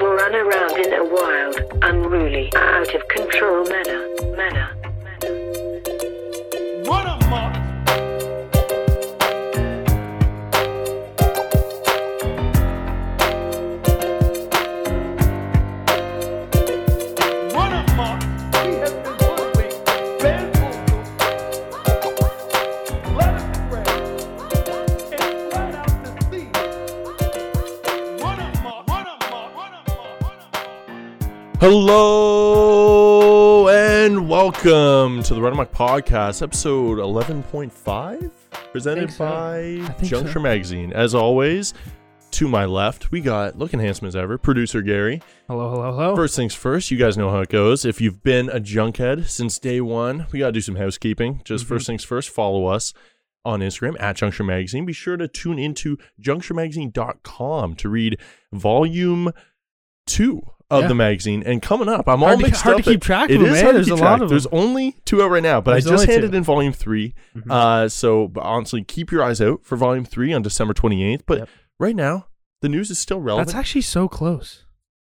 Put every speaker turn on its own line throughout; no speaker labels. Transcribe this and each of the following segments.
will run around in a wild, unruly, out of control manner. Manner.
What a month! What a month! He has been hoodwinked, bamboozled, led astray, and fled out to sea. What a month! What a month! What a month! What a month!
Hello and welcome to the Red Amok Podcast, episode 11.5, presented
Think so.
by
I think
Juncture
so.
Magazine. As always, to my left, we got, look enhancements ever, producer Gary.
Hello, hello, hello.
First things first, you guys know how it goes. If you've been a junkhead since day one, we got to do some housekeeping. Just
Mm-hmm.
first things first, follow us on Instagram at Juncture Magazine. Be sure to tune into juncturemagazine.com to read volume two of
Yeah.
the magazine. And coming up, I'm
Hard
all
to-
mixed
hard
up.
to keep track of
It
them,
is
eh?
hard to
There's
keep
a lot
track.
of them.
There's only two out right now, but
There's
I just
only
handed
two. Mm-hmm.
in volume 3 Uh, so honestly, keep your eyes out for volume three on December 28th. But
Yep.
right now, the news is still relevant.
That's actually so close.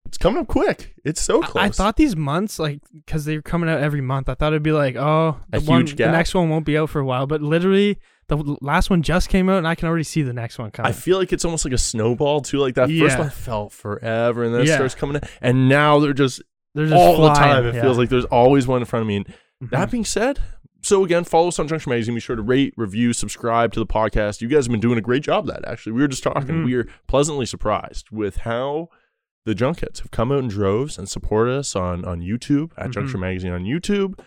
it's coming up quick. It's so
I-
close.
I, thought these months, like, because they're coming out every month, I thought it'd be like, oh,
A
the, one,
huge gap.
the next one won't be out for a while. But literally, the l- last one just came out, and I can already see the next one coming.
I feel like it's almost like a snowball too. Like that first
Yeah.
one felt forever, and then it
Yeah.
starts coming, in, and now they're just,
They're just
all the
flying,
time. It
yeah.
feels like there's always one in front of me. And that
Mhm.
being said, so again, follow us on Junction Magazine. Be sure to rate, review, subscribe to the podcast. You guys have been doing a great job. That actually, we were just talking.
Mhm.
We are pleasantly surprised with how the junkets have come out in droves and support us on on YouTube at
Mhm.
Junction Magazine on YouTube.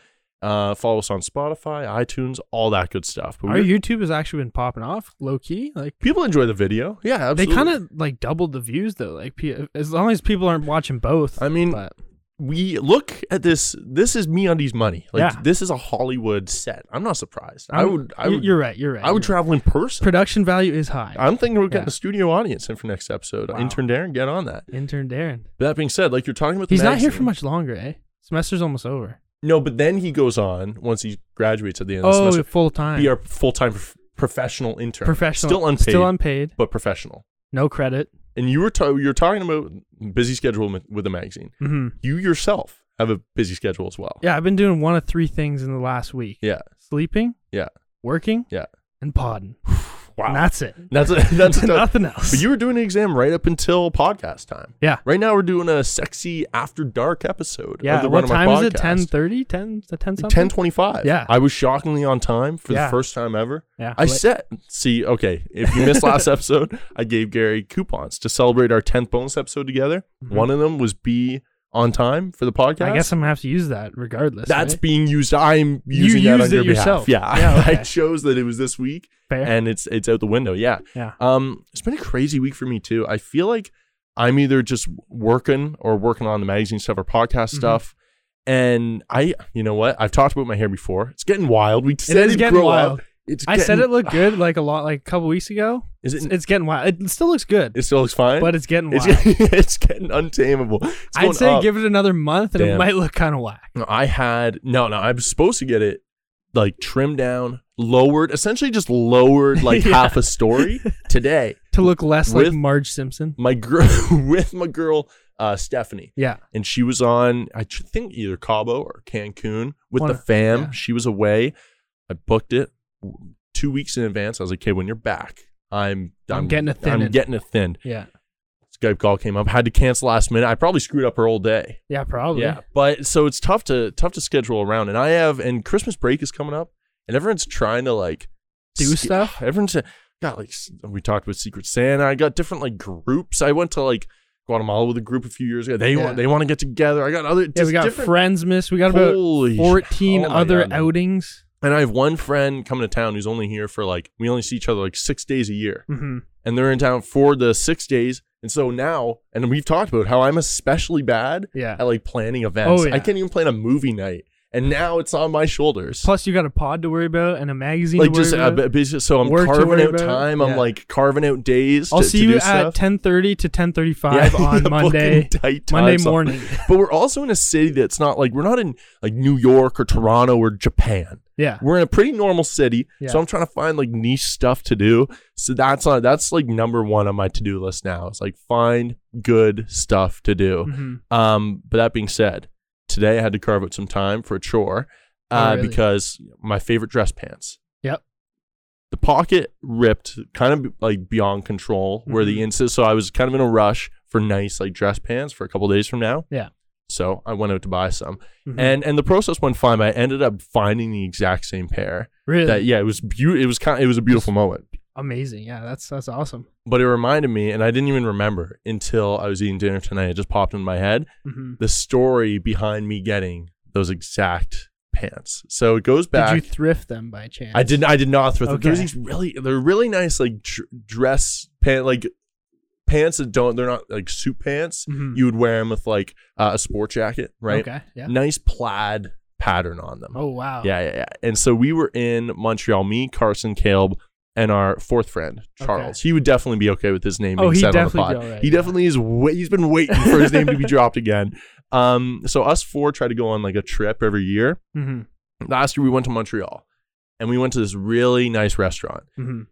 Uh, follow us on Spotify, iTunes, all that good stuff. But
Our
we're-
YouTube has actually been popping off low key. Like,
people enjoy the video. Yeah, absolutely.
they kind of like doubled the views though. Like, pe- as long as people aren't watching both.
I mean,
but
we look at this. This is me undies money. Like
Yeah.
this is a Hollywood set. I'm not surprised. i
I'm-
would. I
you-
would.
you're right. You're right.
I would
you're right.
travel in person.
Production value is high.
I'm thinking we're getting
Yeah.
a studio audience in for next episode.
Wow.
Intern Darren, get on that.
Intern Darren.
But that being said, like you're talking about, the
He's not here for
magazine.
much longer, eh? Semester's almost over.
No, but then he goes on once he graduates at the end of the
Oh,
semester.
full time.
Be our full time professional intern.
professional.
Still unpaid.
Still unpaid.
but professional.
No credit.
And you were ta- you're talking about busy schedule with- with the magazine.
hmm
You yourself have a busy schedule as well.
Yeah, I've been doing one of three things in the last week:
Yeah.
sleeping,
Yeah.
working,
Yeah.
and podding.
Wow.
And that's it.
That's a, that's a-
nothing else.
But you were doing an exam right up until podcast time.
yeah.
Right now we're doing a sexy after dark episode.
Yeah.
Of the
what
Run On
time
My
is it?
Podcast.
1030? 10 to 10 something?
1025.
Yeah.
I was shockingly on time for the
Yeah.
first time ever.
Yeah.
I
Like-
set see, okay, if you missed last episode, I gave Gary coupons to celebrate our 10th bonus episode together. One of them was be on time for the podcast.
Mm-hmm. I guess I'm gonna have to use that regardless.
that's
right?
being used. I'm
You
using that on
used
your
it yourself.
behalf.
Yeah,
I
okay.
chose that it was this week,
fair.
and it's it's out the window. Yeah,
yeah.
Um, it's been a crazy week for me too. I feel like I'm either just working or working on the magazine stuff or podcast
Mm-hmm.
stuff. And I, you know what? I've talked about my hair before. It's getting wild. We said
is
it'd
getting
grow
wild.
Up. It's
I said
getting-
it looked good like a lot like a couple weeks ago.
Is it?
It's, it's getting wild. It still looks good,
it still looks fine,
but it's getting wild.
it's getting, it's getting untamable. It's going
I'd say
up.
give it another month and
Damn.
it might look kind of whack.
No, I had no, no. I was supposed to get it like trimmed down, lowered, essentially just lowered like
Yeah.
half a story today.
To look less
With-
like Marge Simpson.
My girl with my girl uh, Stephanie.
Yeah.
and she was on I ch- think either Cabo or Cancun with
One
the
of-
fam.
yeah.
She was away. I booked it w- two weeks in advance. I was like, "Okay, when you're back, I'm
I'm getting it
I'm
thinning."
getting it thin."
Yeah.
Skype call came up. Had to cancel last minute. I probably screwed up her whole day.
Yeah, probably.
Yeah, but so it's tough to tough to schedule around. And I have and Christmas break is coming up, and everyone's trying to like
Do stuff?
Everyone's got like s- we talked with Secret Santa. I got different like groups. I went to like Guatemala with a group a few years ago. They
Yeah.
want they want to get together. I got other
Yeah,
just
we got
different-
friends miss. We got about
Holy sh-
14
oh my
other
God.
outings.
And I have one friend coming to town who's only here for like we only see each other like six days a year,
Mm-hmm.
and they're in town for the six days. And so now, and we've talked about how I'm especially bad
Yeah.
at like planning events.
Oh, yeah.
I can't even plan a movie night. and now it's on my shoulders.
Plus, you got a pod to worry about and a magazine.
like
to worry
just uh,
about.
b- busy- so I'm
Work to
carving
worry
out
about.
time.
Yeah.
I'm like carving out days.
I'll
to,
see
to
you
do
at
stuff.
10:30 to 10:35
Yeah,
on
the
Monday,
fucking tight time
Monday
slot.
morning.
But we're also in a city that's not like we're not in like New York or Toronto or Japan.
Yeah,
We're in a pretty normal city,
Yeah.
so I'm trying to find like niche stuff to do. So that's on that's like number one on my to do list now. It's like find good stuff to do.
Mhm.
Um, but that being said, today I had to carve out some time for a chore uh,
Oh, really?
because my favorite dress pants.
Yep.
The pocket ripped kind of like beyond control where
Mm-hmm.
the inside. So I was kind of in a rush for nice like dress pants for a couple days from now.
Yeah.
So I went out to buy some,
Mhm.
and and the process went fine. But I ended up finding the exact same pair.
really
That yeah, it was beautiful. It was kind. It was a beautiful moment
amazing. Yeah, that's that's awesome.
but it reminded me, and I didn't even remember until I was eating dinner tonight. It just popped into my head
Mhm.
the story behind me getting those exact pants. So it goes back.
Did you thrift them by chance?
I didn't. I did not throw. them. There's
Okay.
these really, they're really nice, like dr- dress pant, like pants that don't. They're not like suit pants.
Mhm.
You would wear them with like uh, a sport jacket, right?
Okay. Yeah.
Nice plaid pattern on them.
Oh wow.
Yeah, yeah, yeah. And so we were in Montreal, me, Carson, Caleb, and our fourth friend, Charles. He would definitely be okay with his name
Oh,
being
he'd
said on the
definitely
pod.
be all right,
he
yeah.
definitely is wa- he's been waiting for his name to be dropped again. Um, so us four try to go on like a trip every year.
hmm
Last year we went to Montreal and we went to this really nice restaurant.
hmm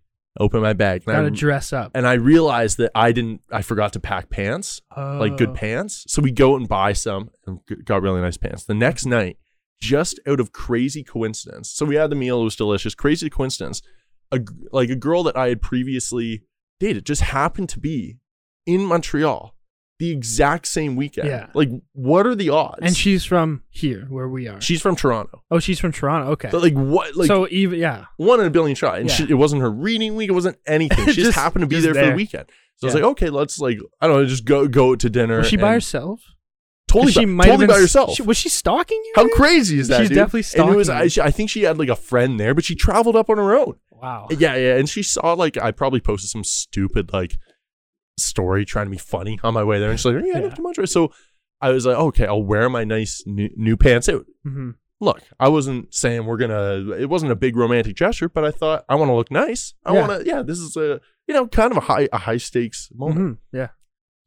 Open my bag. And,
Gotta
I,
dress up.
and I realized that I didn't I forgot to pack pants like
Oh.
good pants. So we go and buy some and g- got really nice pants. The next night, just out of crazy coincidence, so we had the meal, it was delicious. Crazy coincidence, a, g- like a girl that I had previously dated just happened to be in Montreal the exact same weekend.
Yeah.
Like, what are the odds?
And she's from here, where we are.
she's from Toronto.
oh, she's from Toronto. Okay.
But like what? Like
so even yeah,
one in a billion shot. And
Yeah.
she, it wasn't her reading week. It wasn't anything. She just,
Just-
happened to be
just
there, for
there.
the weekend. So I was
Yeah.
like, okay, let's like I don't know, just go go to dinner.
was she by
and-
herself? 'Cause
Totally,
she
by,
might have
totally
been
by
s-
herself.
she- was she stalking you?
How
dude?
crazy is that?
She's
dude?
definitely
And it was,
stalking
I,
you.
she- I think she had like a friend there, but she traveled up on her own.
Wow.
Yeah, yeah. And she saw like I probably posted some stupid like story trying to be funny on my way there, and she's like, "Oh, "Yeah, I
Yeah.
looked at Montreal." So I was like, "Okay, I'll wear my nice new, new pants out."
hmm
Look, I wasn't saying we're gonna. It wasn't a big romantic gesture, but I thought I want to look nice. I
Yeah.
want to. Yeah, this is a you know kind of a high a high stakes moment.
hmm Yeah.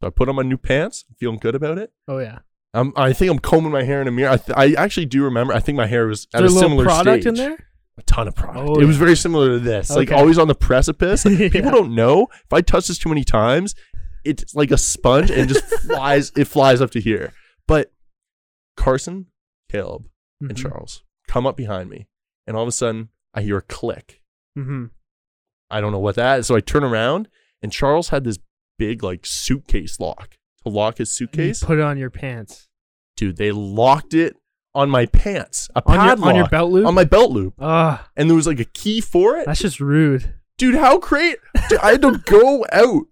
So I put on my new pants, feeling good about it.
Oh yeah.
Um, I think I'm combing my hair in a mirror. I, th- I actually do remember. I think my hair was
Is
at
there
a
a little
similar
product
stage.
in there?
A ton of product.
Oh,
it was
yeah.
very similar to this. Like
Okay.
always on the precipice.
Yeah.
People don't know if I touch this too many times, it's like a sponge and just flies. It flies up to here. But Carson, Caleb, and
Mhm.
Charles come up behind me, and all of a sudden I hear a click.
Mhm.
I don't know what that is. So I turn around, and Charles had this big like suitcase lock to lock his
And you
suitcase
Put it on your pants.
dude. They locked it on my pants, a
On your-
padlock
on your belt loop?
on my belt loop,
Ah,
and there was like a key for it.
that's just rude.
dude, how great! Dude, I had to go out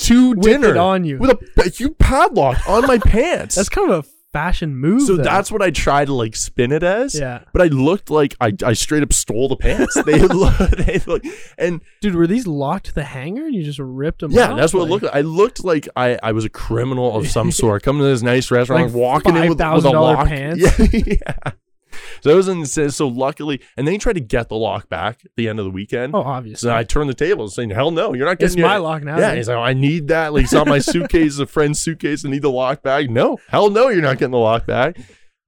to
With
dinner
it on you.
with a, a huge padlock on my pants.
That's kind of a fashion move.
so
though.
that's what I tried to like spin it as.
Yeah.
But I looked like I, I straight up stole the pants. They look, they look and
dude. Were these locked to the hanger and you just ripped them?
yeah,
off?
that's what it
Like-
looked like. I looked like I, I was a criminal of some sort. Coming to this nice restaurant,
Like
walking in with, with a
$5,000
lock.
pants?
Yeah, yeah. So it was insane. So luckily, and then he tried to get the lock back at the end of the weekend.
Oh, obviously.
So I turned the table saying, hell no, you're not getting
It's
your-
my lock now,
Yeah,
dude.
he's like, I need that. Like, it's not my suitcase, it's a friend's suitcase. I need the lock back. No, hell no, you're not getting the lock back.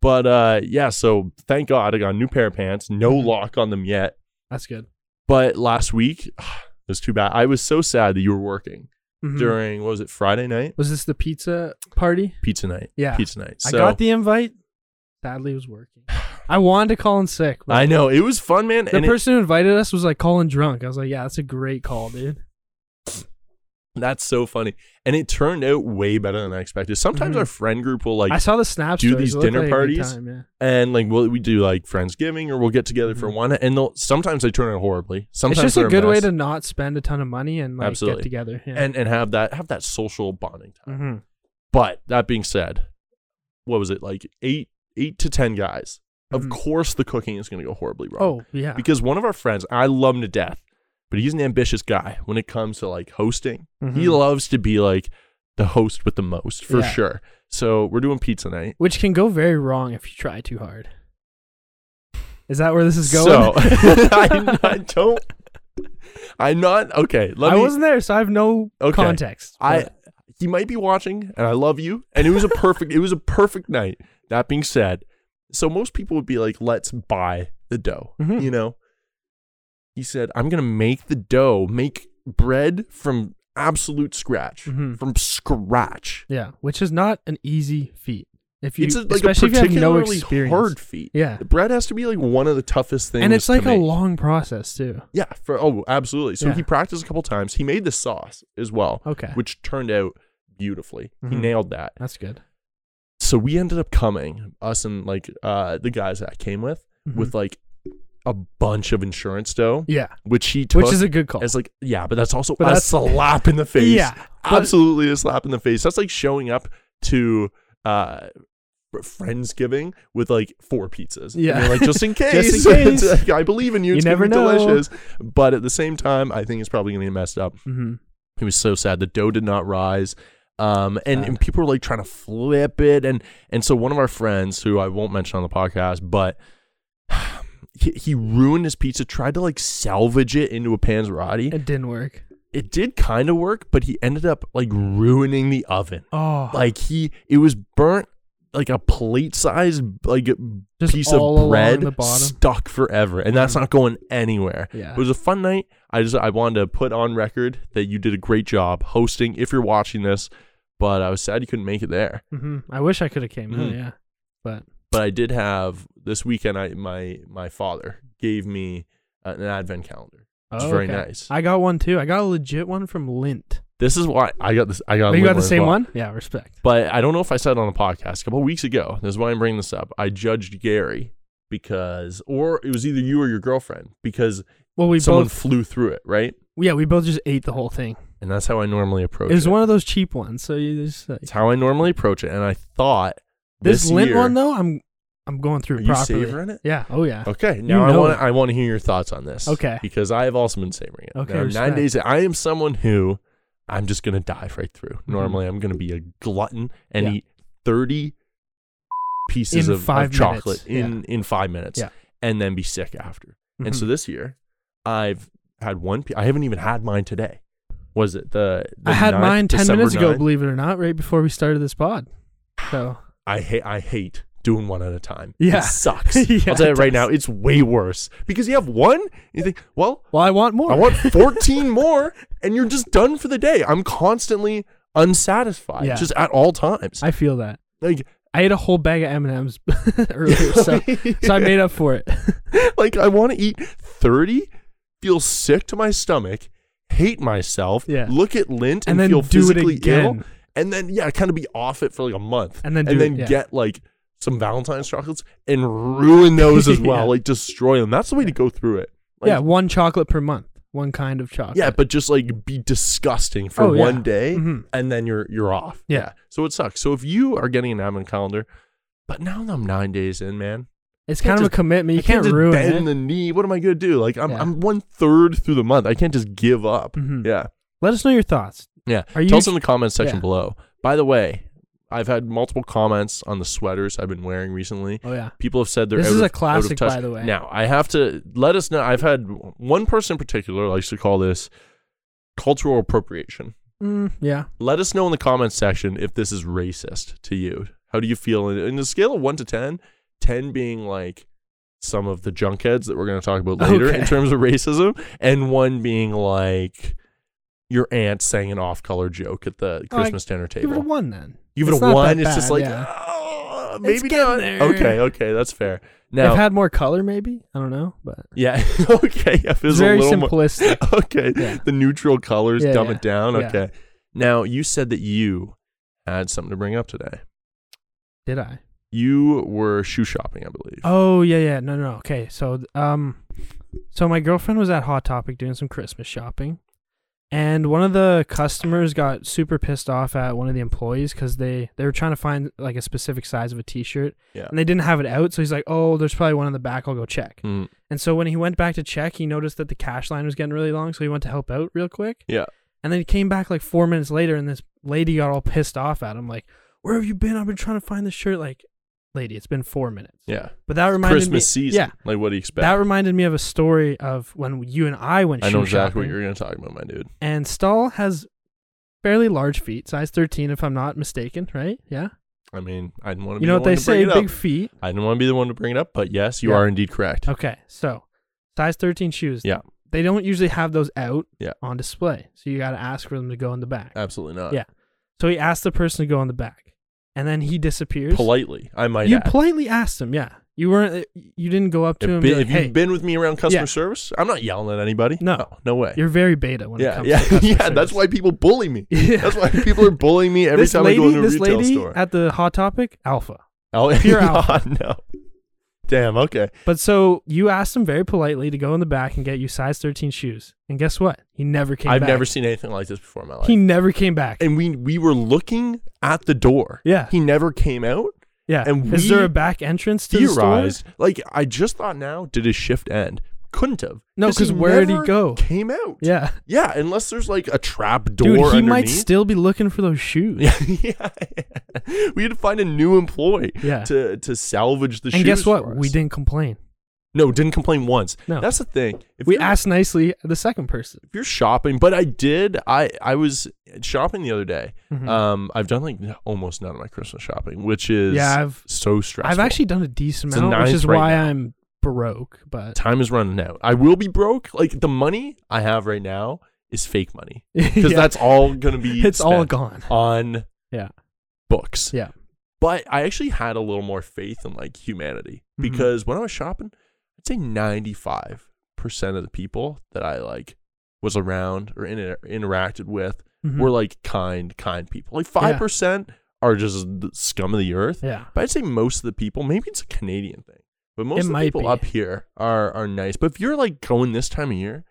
But uh, yeah, so thank God I got a new pair of pants, no
Mm-hmm.
lock on them yet.
that's good.
But last week, it was too bad. I was so sad that you were working
Mhm.
during, what was it, Friday night?
Was this the pizza party?
Pizza night.
Yeah.
Pizza night.
I
So,
got the invite. Sadly, it was working. I wanted to call in sick, but
I know. It was fun, man.
the
and it-
person who invited us was like calling drunk. I was like, yeah, that's a great call, dude.
that's so funny. And it turned out way better than I expected. Sometimes
Mhm.
our friend group will like
I saw the snaps.
do
stories.
these
It looked
dinner
like a good
parties?
time, yeah.
and like we'll, we do like friendsgiving or we'll get together for
Mhm.
one and they'll sometimes they turn out horribly sometimes
It's just
they're
a good way
mess.
to not spend a ton of money and like
Absolutely.
get together. Yeah.
and and have that have that social bonding time
Mhm.
but that being said what was it like eight eight to ten guys of
Mhm.
course the cooking is going to go horribly wrong
oh yeah,
because one of our friends i love him to death but he's an ambitious guy when it comes to like hosting he
Mhm.
loves to be like the host with the most for
Yeah.
sure so we're doing pizza night
which can go very wrong if you try too hard. Is that where this is going?
So I, I don't. I'm not okay. Let
I
me.
wasn't there, so I have no
Okay.
context.
I
but
he might be watching, and I love you. And it was a perfect. it was a perfect night. That being said, so most people would be like, "Let's buy the dough,"
Mhm.
you know. He said, "I'm gonna make the dough, make bread from absolute scratch,
Mhm.
from scratch."
yeah, which is not an easy feat. If you,
it's a, like a
especially if you have no
particularly
experience,
hard feat.
Yeah.
the bread has to be like one of the toughest things.
and it's
to
like a
make.
long process too.
Yeah, for oh, absolutely. So
Yeah.
he practiced a couple times. He made the sauce as well.
Okay.
Which turned out beautifully. He
Mhm.
nailed that.
That's good.
So we ended up coming, us and like uh the guys that I came with, with like a bunch of insurance dough,
Mm-hmm. Yeah,
which he took
which is a good call.
as like yeah, but that's also
But
a
that's-
slap in the face.
Yeah, but-
Absolutely a slap in the face. That's like showing up to uh Friendsgiving with like four pizzas. And
Yeah.
you're like just in case.
Just in case.
It's like, I believe in you.
You
It's gonna
never
be
know.
delicious. But at the same time, I think it's probably gonna get messed up.
hmm
It was so sad. The dough did not rise. Um, and,
Sad.
and people were like trying to flip it. And, and so one of our friends who I won't mention on the podcast, but he, he ruined his pizza, tried to like salvage it into a panzerotti.
It didn't work.
It did kind of work, but he ended up like ruining the oven.
Oh,
Like he, it was burnt like a plate sized like
Just
piece
all along
of bread
the bottom.
stuck forever. And that's not going anywhere.
Yeah.
It was a fun night. I just I wanted to put on record that you did a great job hosting if you're watching this, but I was sad you couldn't make it there.
hmm I wish I could have came. out,
Mhm.
yeah, but
But I did have this weekend I my my father gave me an advent calendar. It's
oh,
very
okay.
nice.
I got one too. I got a legit one from Lint.
This is why I got this I got
Oh, you
Lindley
got the
as
same
well.
one? Yeah, respect.
But I don't know if I said it on the podcast a couple weeks ago. This is why I'm bringing this up. I judged Gary because or it was either you or your girlfriend because
Well, we
someone
both
flew through it, right?
yeah we both just ate the whole thing.
And that's how I normally approach
It was
it.
one of those cheap ones, so you just like,
It's how I normally approach it. And I thought
this,
this,
Lint
year,
one though. I'm I'm going through
Are
it
you
properly.
savoring it?
Yeah. Oh yeah.
Okay, now I
know
want
it.
to I want to hear your thoughts on this.
Okay.
because I have also been savoring it.
Okay,
Now, nine
respect.
days. in, I am someone who I'm just gonna dive right through. Normally, I'm gonna be a glutton and
Mm-hmm. Yeah.
eat thirty pieces
In
of, of
five
chocolate
minutes, yeah.
in in five minutes,
Yeah.
and then be sick after. And so
Mhm.
this year, I've had one. pi- I haven't even had mine today. Was it the? the
I had
9th,
mine ten
December
minutes ago,
9th?
believe it or not, right before we started this pod. So
I hate I hate doing one at a time.
Yeah.
It sucks.
Yeah,
I'll tell you
it
right now,
does.
it's way worse. Because you have one, and you think, well,
well, I want more.
I want 14 more, and you're just done for the day. I'm constantly unsatisfied
Yeah.
just at all times.
I feel that.
like
I ate a whole bag of M and M's earlier, so so I made up for it.
like I want to eat 30, feel sick to my stomach, hate myself,
Yeah.
look at lint and,
And then
feel
do it
physically ill,
again.
and then yeah, kind of be off it for like a month,
And then
and
do it,
then
yeah.
get like some Valentine's chocolates and ruin those as well,
Yeah.
like destroy them. That's the way to go through it. Like,
yeah, one chocolate per month, one kind of chocolate.
Yeah, but just like be disgusting for
Oh,
one
yeah.
day
Mhm.
and then you're you're off.
Yeah.
So it sucks. So if you are getting an advent calendar, but now that I'm nine days in, man.
it's
I can't
kind of a
just-
commitment. You
I can't,
can't,
just
ruin
bend
it.
the knee. What am I gonna do? Like I'm
Yeah.
I'm one third through the month. I can't just give up.
Mhm.
Yeah.
Let us know your thoughts.
Yeah.
Are you
Tell us
ex-
in the comments section
Yeah.
below. By the way, I've had multiple comments on the sweaters I've been wearing recently.
Oh yeah,
People have said they're
This
out
is
of-
a
out of
classic,
touch.
by the way.
Now I have to let us know. I've had one person in particular likes to call this cultural appropriation.
mm, yeah.
Let us know in the comments section if this is racist to you. How do you feel? In, in the scale of 1 to 10, 10 being like some of the junkheads that we're going to talk about later in
Okay.
terms of racism, and 1 being like your aunt saying an off color joke at the
Oh, I-
Christmas dinner
Give it a
table.
one then.
Give it a,
It's not
1.
that
It's just
bad,
like,
yeah.
"Oh,
It's
maybe
getting
not.
there.
Okay, okay, that's fair. Now,
I've had more color, maybe. I don't know, but
yeah, okay. If it
it's
was
very
a little more,
simplistic.
okay.
Yeah.
The neutral colors
Yeah,
dumb
yeah.
it down.
Yeah.
Okay. Now you said that you had something to bring up today.
Did I?
You were shoe shopping, I believe.
Oh yeah, yeah. No, no. no. Okay, so um, so my girlfriend was at Hot Topic doing some Christmas shopping, and one of the customers got super pissed off at one of the employees because they they were trying to find like a specific size of a T-shirt,
Yeah.
and they didn't have it out. So he's like, "Oh, there's probably one in the back. I'll go check."
Mm,
And so when he went back to check, he noticed that the cash line was getting really long, so he went to help out real quick.
yeah.
And then he came back like four minutes later, and this lady got all pissed off at him, like, "Where have you been? I've been trying to find this shirt like lady. It's been four minutes.
Yeah.
But that reminded me.
Christmas season.
Yeah.
Like, what do you expect?
That reminded me of a story of when you and I went
I know
shoe
exactly
shopping.
what you're going to talk about, my dude.
and Stahl has fairly large feet, size 13, if I'm not mistaken, right? Yeah.
I mean, I didn't want to be
You know
the
what
one
they
to bring
say,
it up.
big feet.
I didn't want to be the one to bring it up, but yes, you
Yeah.
are indeed correct.
Okay, so size 13 shoes.
Yeah.
They don't usually have those out
Yeah. Uh,
on display, so you got to ask for them to go in the back.
Absolutely not.
Yeah. So he asked the person to go in the back, and then he disappears.
Politely, I might
you
add.
politely asked him. Yeah, you weren't. You didn't go up to
if
him. and
bi-
be like,
if
hey,
you've been with me around customer
Yeah.
service, I'm not yelling at anybody.
No.
no, no way.
you're very beta when it
yeah,
comes
yeah,
to customer
yeah.
service."
That's why people bully me.
Yeah.
That's why people are bullying me every
this
time
lady,
I go into a
this
retail
lady
store.
at the Hot Topic Alpha.
oh,
pure
no,
alpha.
no. Damn. Okay.
But so you asked him very politely to go in the back and get you size 13 shoes, and guess what? He never came.
I've
back.
never seen anything like this before in my life.
He never came back.
and we we were looking at the door.
Yeah.
He never came out.
Yeah.
and
is there
we
a back entrance to the store?
Theorized. Like I just thought. Now did his shift end? Couldn't have.
No, 'cause
he
where did he
never
go?
Came out.
Yeah.
Yeah, unless there's like a trap door.
Dude, he
underneath.
might still be looking for those shoes.
Yeah, yeah. We had to find a new employee
Yeah.
to to salvage the shoes.
and guess
for
what? We
us.
didn't complain.
No, didn't complain once.
No.
That's the thing. If
we
you're-
asked nicely the second person.
if you're shopping, but I did. I I was shopping the other day.
Mhm.
Um, I've done like almost none of my Christmas shopping, which is
Yeah, I've-
so stressful.
I've actually done a decent
It's a
amount, which
ninth
is
right
why
now.
I'm broke. But
time is running out. I will be broke. Like the money I have right now is fake money because
Yeah.
that's all gonna be.
It's all
spent
gone.
on
Yeah.
books.
Yeah.
But I actually had a little more faith in like humanity
Mhm.
because when I was shopping, I'd say ninety five percent of the people that I like was around or inter- interacted with
Mhm.
were like kind, kind people. Like five percent are just the scum of the earth.
Yeah.
But I'd say most of the people, maybe it's a Canadian thing, but most
It
of the
might
people
be.
up here are are nice. But if you're like going this time of year,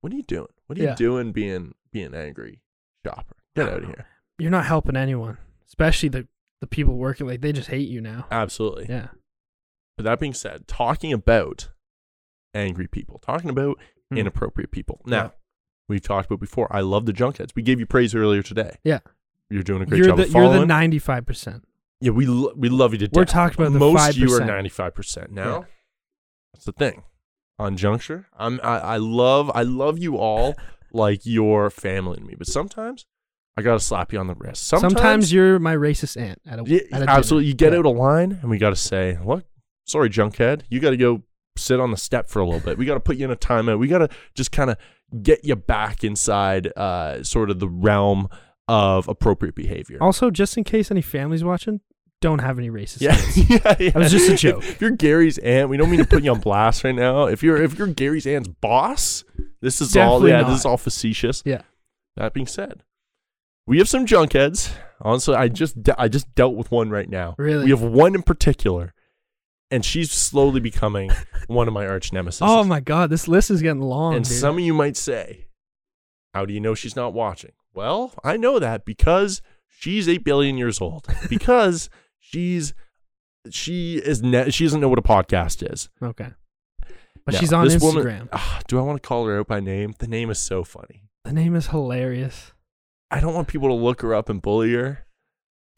what are you doing? What are you
Yeah.
doing being being angry shopper? Get out of here.
You're not helping anyone, especially the, the people working. Like, they just hate you now.
Absolutely.
Yeah.
But that being said, talking about angry people, talking about
Hmm.
inappropriate people. Now,
Yeah.
we've talked about before. I love the junkheads. We gave you praise earlier today.
Yeah.
You're doing a great
You're
job
the,
of
you're
following.
the 95%.
yeah, we lo- we love you to death.
We're talking about the
most of you are
5%.
95 percent now.
Yeah.
That's the thing. On juncture, I'm I, I love I love you all like your family to me, but sometimes I gotta slap you on the wrist.
Sometimes,
Sometimes,
you're my racist aunt at a,
Yeah,
at a
absolutely.
dinner.
You get
Yeah.
out of line, and we got to say, "Look, sorry, junkhead, you got to go sit on the step for a little bit. We got to put you in a timeout. We got to just kind of get you back inside, uh, sort of the realm of appropriate behavior."
Also, just in case any families watching, don't have any racist.
yeah, yeah, yeah.
That was just a
If-
joke.
If, you're Gary's aunt, we don't mean to put you on blast right now. If you're if you're Gary's aunt's boss, this is all
Definitely
yeah,
not.
this is all facetious.
Yeah.
That being said, we have some junkheads. Honestly, I just de- I just dealt with one right now.
Really?
we have one in particular, and she's slowly becoming one of my arch nemesis.
Oh my God, this list is getting long.
And
dude.
some of you might say, "How do you know she's not watching?" Well, I know that because she's eight billion years old. Because she's she is ne- she doesn't know what a podcast is.
Okay. But
No,
she's on
this
Instagram.
woman- Ah, do I want to call her out by name? The name is so funny.
the name is hilarious.
I don't want people to look her up and bully her.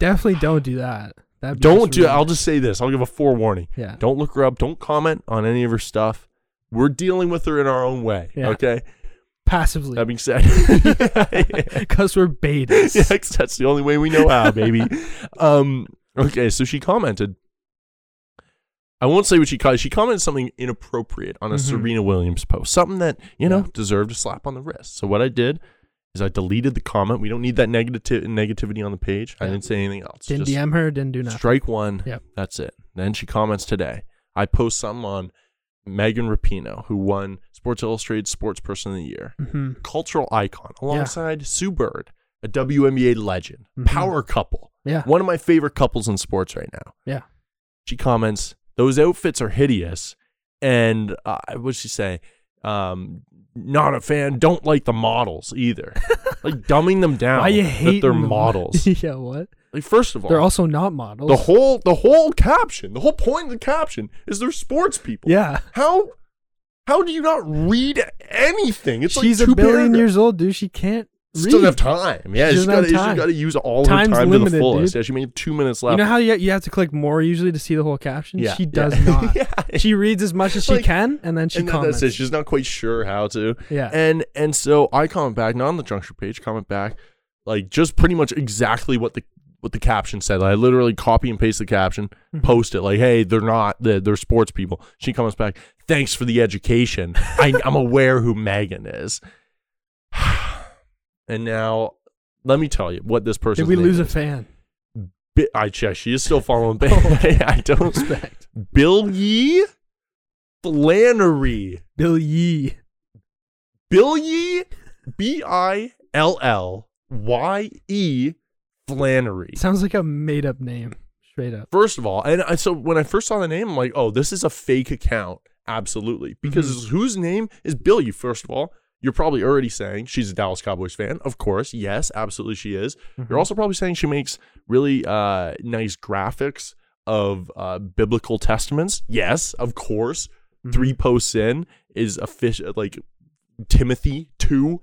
Definitely don't do that. That
Don't do. I'll just say this. I'll give a forewarning.
Yeah.
Don't look her up. Don't comment on any of her stuff. We're dealing with her in our own way.
Yeah.
Okay.
passively
That being said,
because we're betas.
Yeah, 'cause that's the only way we know how, baby. um, okay, so she commented. I won't say what she called. She commented something inappropriate on a
Mhm.
Serena Williams post, something that you know
Yeah.
deserved a slap on the wrist. So what I did is I deleted the comment. We don't need that negative negativity on the page. I
Yeah.
didn't say anything else.
Didn't
Just
DM her. Didn't do nothing.
strike one.
Yep.
That's it. Then she comments today. I post something on Megan Rapino, who won Sports Illustrated Sports Person of the Year
hmm
cultural icon alongside Sue Bird, a WNBA legend, power couple,
Mm-hmm. Yeah.
one of my favorite couples in sports right now.
Yeah.
She comments, "Those outfits are hideous," and uh, what she say? Um, not a fan. Don't like the models either. like dumbing them down.
Why you
that
hate
they're models?
yeah. What?
like first of all,
They're also not models.
the whole the whole caption, the whole point of the caption is they're sports people.
Yeah.
How how do you not read anything? It's
She's
like two
a billion
paragraphs.
years old, dude. She can't
She doesn't
read.
have time. Yeah,
She
she's
doesn't
got
have
she's
time.
got to use all
Time's
her time to the
limited,
fullest.
dude.
Yeah, she may have two minutes left.
You know how you, you have to click more usually to see the whole caption?
yeah,
she
yeah.
does not.
yeah.
She reads as much as she
Like,
can and then she
and then
comments.
that's it. She's not quite sure how to.
Yeah.
And and so I comment back, not on the juncture page, comment back, like just pretty much exactly what the what the caption said. I literally copy and paste the caption,
Mm-hmm.
post it like, hey, they're not they're, they're sports people. She comes back, thanks for the education. I, I'm aware who Megan is. and now let me tell you what this person
Did we lose a fan?
Bi- I check. She is still following. Bi- I don't.
Respect.
Bill Yee Flannery.
Bill Yee.
Bill Yee, B I L L Y E Flannery.
Sounds like a made up name. Straight up.
First of all, and I, so when I first saw the name, I'm like, oh, this is a fake account. Absolutely. Because whose name is Bill Yee, first of all? You're probably already saying she's a Dallas Cowboys fan. Of course. Yes, absolutely she is. You're also probably saying she makes really uh, nice graphics of uh, biblical testaments. Yes, of course. Three posts in is a fish like Timothy two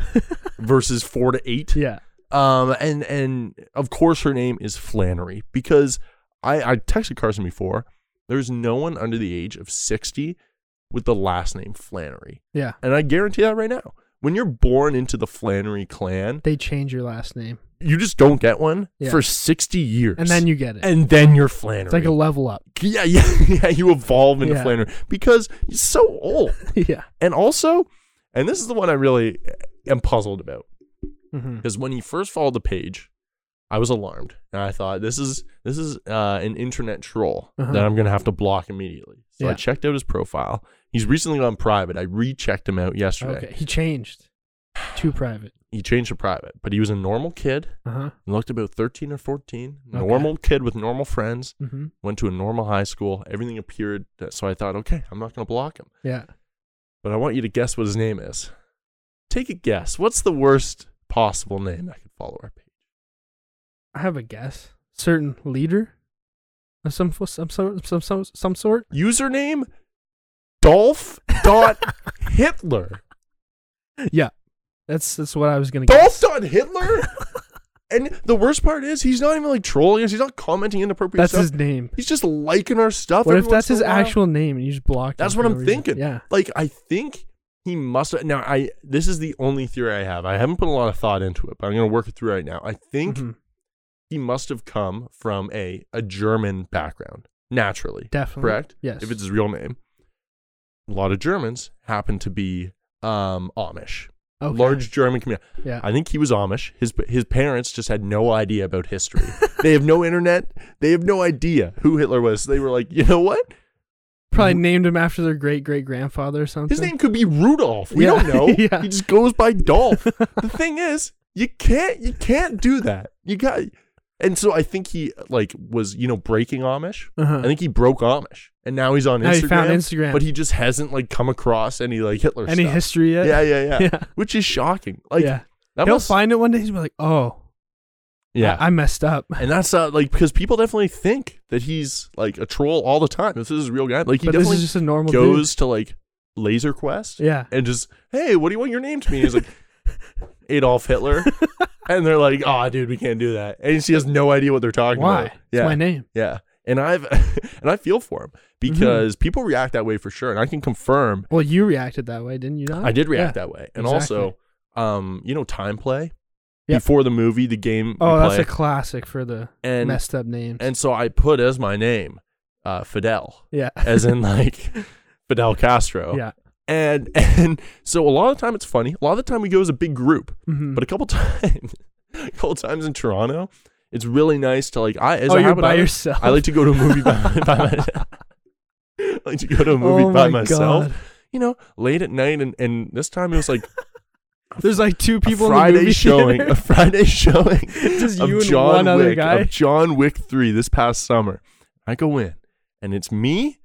versus four to eight.
Yeah.
Um, and and of course her name is Flannery because I I texted Carson before. There's no one under the age of sixty with the last name Flannery,
Yeah.
and I guarantee that right now. When you're born into the Flannery clan,
They change your last name
you just don't get one
Yeah.
for sixty years,
and then you get it.
and then you're Flannery.
It's like a level up.
yeah, yeah, yeah. You evolve into
Yeah.
Flannery because you're so old,
yeah.
and also, and this is the one I really am puzzled about.
Mm-hmm.
because when he first followed the page, I was alarmed and I thought this is this is uh, an internet troll
Uh-huh.
that I'm gonna have to block immediately. So I
Yeah.
checked out his profile. He's recently gone private. I rechecked him out yesterday.
Okay. He changed to private.
He changed to private, but he was a normal kid.
Uh huh.
Looked about thirteen or fourteen.
Okay.
Normal kid with normal friends.
Mm-hmm.
Went to a normal high school. Everything appeared. So I thought, okay, I'm not gonna block him.
Yeah.
But I want you to guess what his name is. Take a guess. What's the worst possible name I could follow our page?
I have a guess. Certain leader of some fo- some sort some some, some sort.
username Dolph dot Hitler.
Yeah. That's that's what I was gonna
Dolph
guess.
dot Hitler. And the worst part is he's not even like trolling us. He's not commenting inappropriate
That's
stuff.
his name.
he's just liking our stuff.
What
every
if
once
that's
in
his
a while.
actual name and you just blocked? him
That's
for
what
no
I'm
reason?
thinking.
Yeah.
Like I think he must. Now I. This is the only theory I have. I haven't put a lot of thought into it, but I'm gonna work it through right now. I think
Mhm.
he must have come from a a German background naturally.
Definitely.
correct?
Yes.
If it's his real name. A lot of Germans happen to be um, Amish,
Okay.
large German community.
Yeah.
I think he was Amish. His his parents just had no idea about history. they have no internet. They have no idea who Hitler was. They were like, you know what?
Probably named him after their great great grandfather or something.
His name could be Rudolph. We
Yeah.
don't know.
Yeah.
He just goes by Dolph. the thing is, you can't you can't do that. You got. And so I think he like was you know breaking Amish.
Uh-huh.
I think he broke Amish, and now he's on
Now
Instagram.
he found Instagram.
but he just hasn't like come across any like Hitler
Any
stuff.
history yet?
Yeah, yeah, yeah,
Yeah.
Which is shocking. Like
yeah.
that
He'll
must,
find it one day. He's gonna be like, oh,
yeah.
I, I messed up.
and that's uh, like because people definitely think that he's like a troll all the time. This is a real guy. Like he
but this
definitely
is just a normal
goes to like Laser Quest.
Yeah.
and just hey, what do you want your name to be? And he's like Adolf Hitler, and they're like, oh, dude, we can't do that. And she has no idea what they're
dude.
talking
Why?
about.
It's
Yeah,
my Mm-hmm. name.
yeah. And I've and I feel for him because people react that way for sure, and I can confirm
Well, you reacted that way, didn't you? Not?
I did react that way. And also,
Oh, exactly.
um, you know, time play
Yeah.
before the movie, the game.
Oh,
you
that's
play.
a classic for the
And-
messed up names.
and so I put as my name, uh, Fidel,
yeah.
as in like Fidel Castro.
yeah.
And and so a lot of time it's funny. A lot of the time we go as a big group,
Mhm.
but a couple times, a couple times in Toronto, it's really nice to like. I as
Oh,
I
you're
happen-
by
I-
yourself.
I like to go to a movie by, by myself. I like to go to a movie
Oh
by
my
myself.
God.
You know, late at night, and and this time it was like
There's like two people
a
in
Friday
the movie
showing,
theater.
a Friday showing
Just
of
you and
John
one other
Wick
guy.
of John Wick three this past summer. I go in, and it's me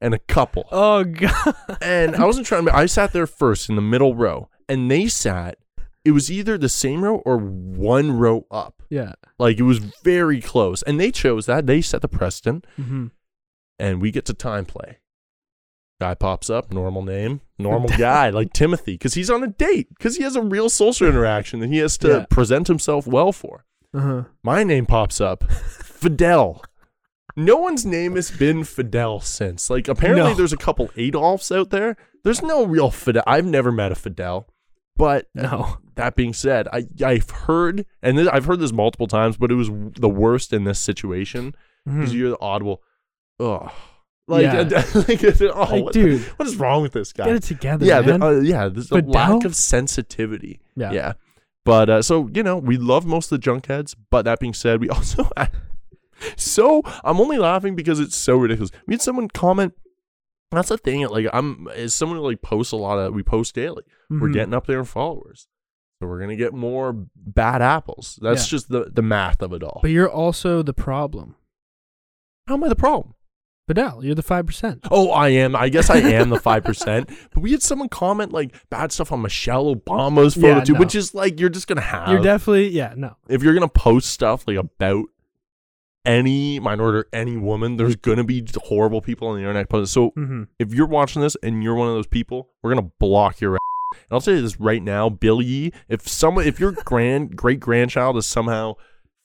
and a couple,
Oh god.
and I wasn't trying to. I sat there first in the middle row, and they sat. It was either the same row or one row up.
Yeah.
Like it was very close,
Mm-hmm.
and they chose that. They set the precedent,
Mhm.
and we get to time play. Guy pops up, normal name, normal guy, like Timothy, because he's on a date, because he has a real social interaction that he has to
Yeah.
present himself well for.
Uh-huh.
My name pops up, Fidel. No one's name has been Fidel since. Like, apparently,
No.
there's a couple Adolfs out there. There's no real Fidel. I've never met a Fidel. But
No.
that being said, I, I've heard, and th- I've heard this multiple times, but it was the worst in this situation because
Mhm.
you're the audible, oh, like,
Yeah.
like, oh,
Like,
what-
dude.
what is wrong with this guy?
Get it together,
yeah, the-
man.
uh, yeah. There's a
Fidel?
lack of sensitivity.
Yeah.
But uh, so you know, we love most of the junkheads. But that being said, we also so I'm only laughing because it's so ridiculous. We had someone comment. That's the thing. Like I'm, is someone who, like posts a lot of. We post daily. We're
Mhm.
getting up there in followers, so we're gonna get more bad apples. That's
Yeah.
just the the math of it all.
But you're also the problem.
How am I the problem?
Fidel, you're the 5%.
Oh, I am. I guess I am the five percent. But we had someone comment like bad stuff on Michelle Obama's photo
Yeah,
too,
no.
which is like you're just gonna have.
You're definitely, yeah, no.
if you're gonna post stuff like about any minority or any woman, there's gonna be just horrible people on the internet. posting. So
Mm-hmm.
if you're watching this and you're one of those people, we're gonna block your. ass. And I'll tell you this right now, Billy. If someone, if your grand great grandchild has somehow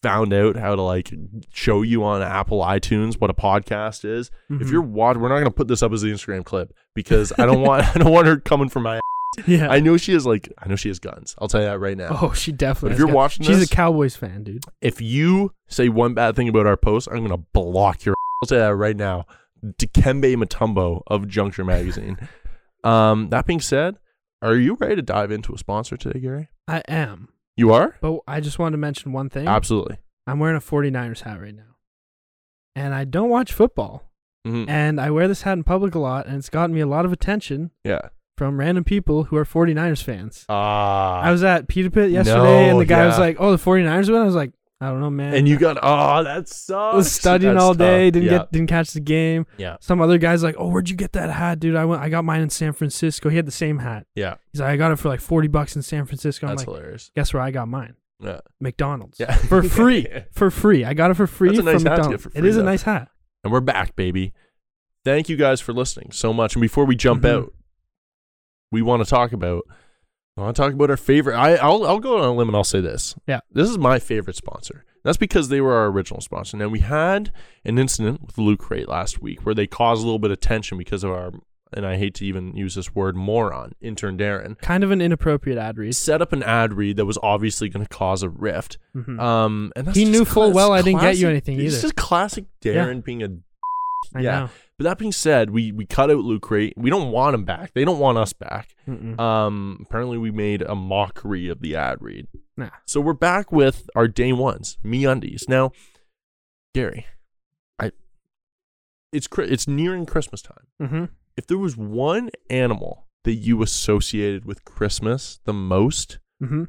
found out how to like show you on Apple iTunes what a podcast is, if
Mhm.
you're watching, we're not gonna put this up as an Instagram clip because I don't want I don't want her coming from my. ass.
Yeah.
I know she has like I know she has guns. I'll tell you that right now.
oh, she definitely.
But if
has
you're
got-
watching
she's
this-
a Cowboys fan, dude.
If you say one bad thing about our post, I'm gonna block your. ass. I'll say that right now. Dikembe Matumbo of Juncture Magazine. um, that being said, are you ready to dive into a sponsor today, Gary?
I am.
You are
But I just wanted to mention one thing.
absolutely.
I'm wearing a 49ers hat right now. And I don't watch football.
Mhm.
And I wear this hat in public a lot, and it's gotten me a lot of attention
Yeah.
from random people who are 49ers fans.
Ah.
I was at Peter Pit yesterday, and
No,
the guy was
yeah.
like, "Oh, the 49ers win." I was like, "I don't know, man."
and you got oh that
I
sucks.
was studying
That's
all day,
tough.
didn't
Yeah.
get, didn't catch the game.
yeah
Some other guy's like, "Oh, where'd you get that hat, dude? I went, I got mine in San Francisco. He had the same hat.
yeah.
He's like, I got it for like 40 bucks in San Francisco. I'm
That's
like,
hilarious.
guess where I got mine?
Yeah.
McDonald's.
Yeah.
For free. For free. I got it for free
That's a nice
from
hat to get
McDonald's.
for
it
free,
is
though.
a nice hat.
And we're back, baby. Thank you guys for listening so much. And before we jump
Mhm.
out, we want to talk about I want to talk about our favorite. I, I'll I'll go on a limb and I'll say this.
Yeah.
This is my favorite sponsor. That's because they were our original sponsor. Now we had an incident with Loot Crate last week where they caused a little bit of tension because of our and I hate to even use this word moron, intern Darren.
Kind of an inappropriate ad
He
read.
set up an ad read that was obviously going to cause a rift.
Mhm.
Um, and that's
He
just
knew full
class-
well I didn't get
classic-
you anything
It's
either.
just classic Darren being a
I
yeah.
know.
But that being said, we we cut out Loot Crate. We don't want him back. They don't want us back.
Mm-mm.
Um, apparently we made a mockery of the ad read.
Nah.
So we're back with our day ones, me undies. Now, Gary, I it's Chri- it's nearing Christmas time.
Mm-hmm.
If there was one animal that you associated with Christmas the most,
Mm-hmm.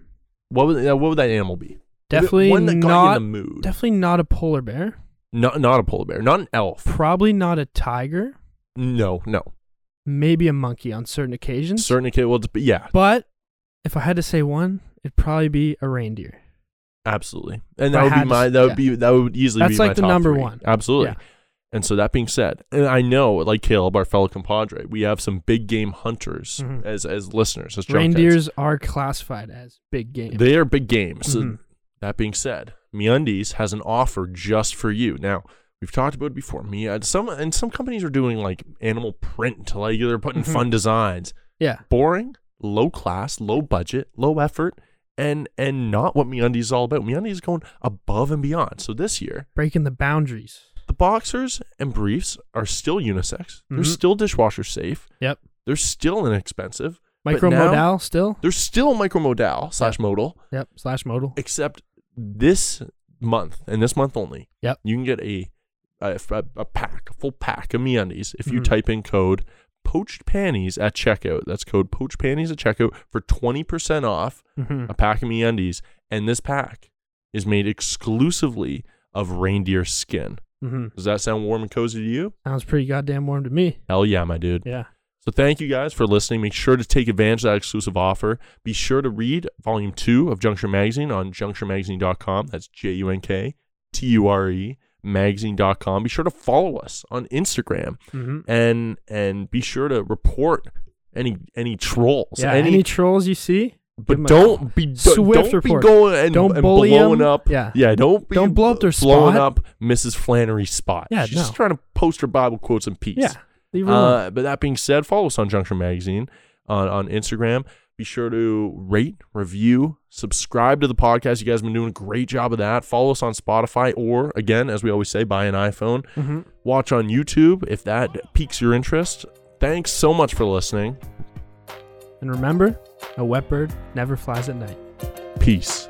what would uh, what would that animal be?
Definitely
one that
not.
got you in the mood.
Definitely not a polar bear.
not not a polar bear, not an elf.
Probably not a tiger.
No, no.
Maybe a monkey on certain occasions.
Certain kid. Well, dep- yeah,
But if I had to say one, it'd probably be a reindeer.
Absolutely, and
If
that
I
would be
had to-
my that would
yeah.
be that would easily
That's
be my
like the
top
number
three.
one.
Absolutely.
Yeah.
And so that being said, and I know like Caleb, our fellow compadre, we have some big game hunters
Mhm.
as as listeners as junkheads.
Reindeers are classified as big game.
They are big games. So
Mhm.
That being said, MeUndies has an offer just for you. Now we've talked about it before. Me and some and some companies are doing like animal print, like they're putting
Mhm.
fun designs.
yeah.
boring, low class, low budget, low effort, and and not what MeUndies is all about. MeUndies is going above and beyond. So this year,
Breaking the boundaries.
the boxers and briefs are still unisex. They're
Mhm.
still dishwasher safe.
Yep.
They're still inexpensive. But
Micro
now-
modal still.
They're still micromodal slash modal,
Yep. Slash modal.
except this month and this month only.
Yep.
You can get a a, a pack, a full pack of MeUndies if you
Mhm.
type in code poached panties at checkout. That's code poached panties at checkout for twenty percent off
Mm-hmm.
a pack of MeUndies, and this pack is made exclusively of reindeer skin.
Mm-hmm.
Does that sound warm and cozy to you?
Sounds pretty goddamn warm to me.
Hell yeah, my dude.
Yeah.
So thank you guys for listening. Make sure to take advantage of that exclusive offer. Be sure to read volume two of Juncture Magazine on juncturemagazine.com. That's J U N K T U R E magazine.com. Be sure to follow us on Instagram
hmm
and and be sure to report any any trolls.
yeah, any, trolls you see, give 'em
but
a call.
don't be don't-
Swift
don't
report.
be going and,
Don't
and
bully
blowing
'em.
up.
Yeah.
yeah. Don't be
Don't blow up their
blowing
spot.
up Mrs. Flannery's spot.
Yeah,
she's
no.
just trying to post her Bible quotes in peace.
Yeah, leave it alone.
Uh, but that being said, follow us on Junction Magazine on, on Instagram. Be sure to rate, review, subscribe to the podcast. You guys have been doing a great job of that. Follow us on Spotify or, again, as we always say, buy an iPhone.
Mhm.
Watch on YouTube if that piques your interest. Thanks so much for listening.
And remember, a wet bird never flies at night.
Peace.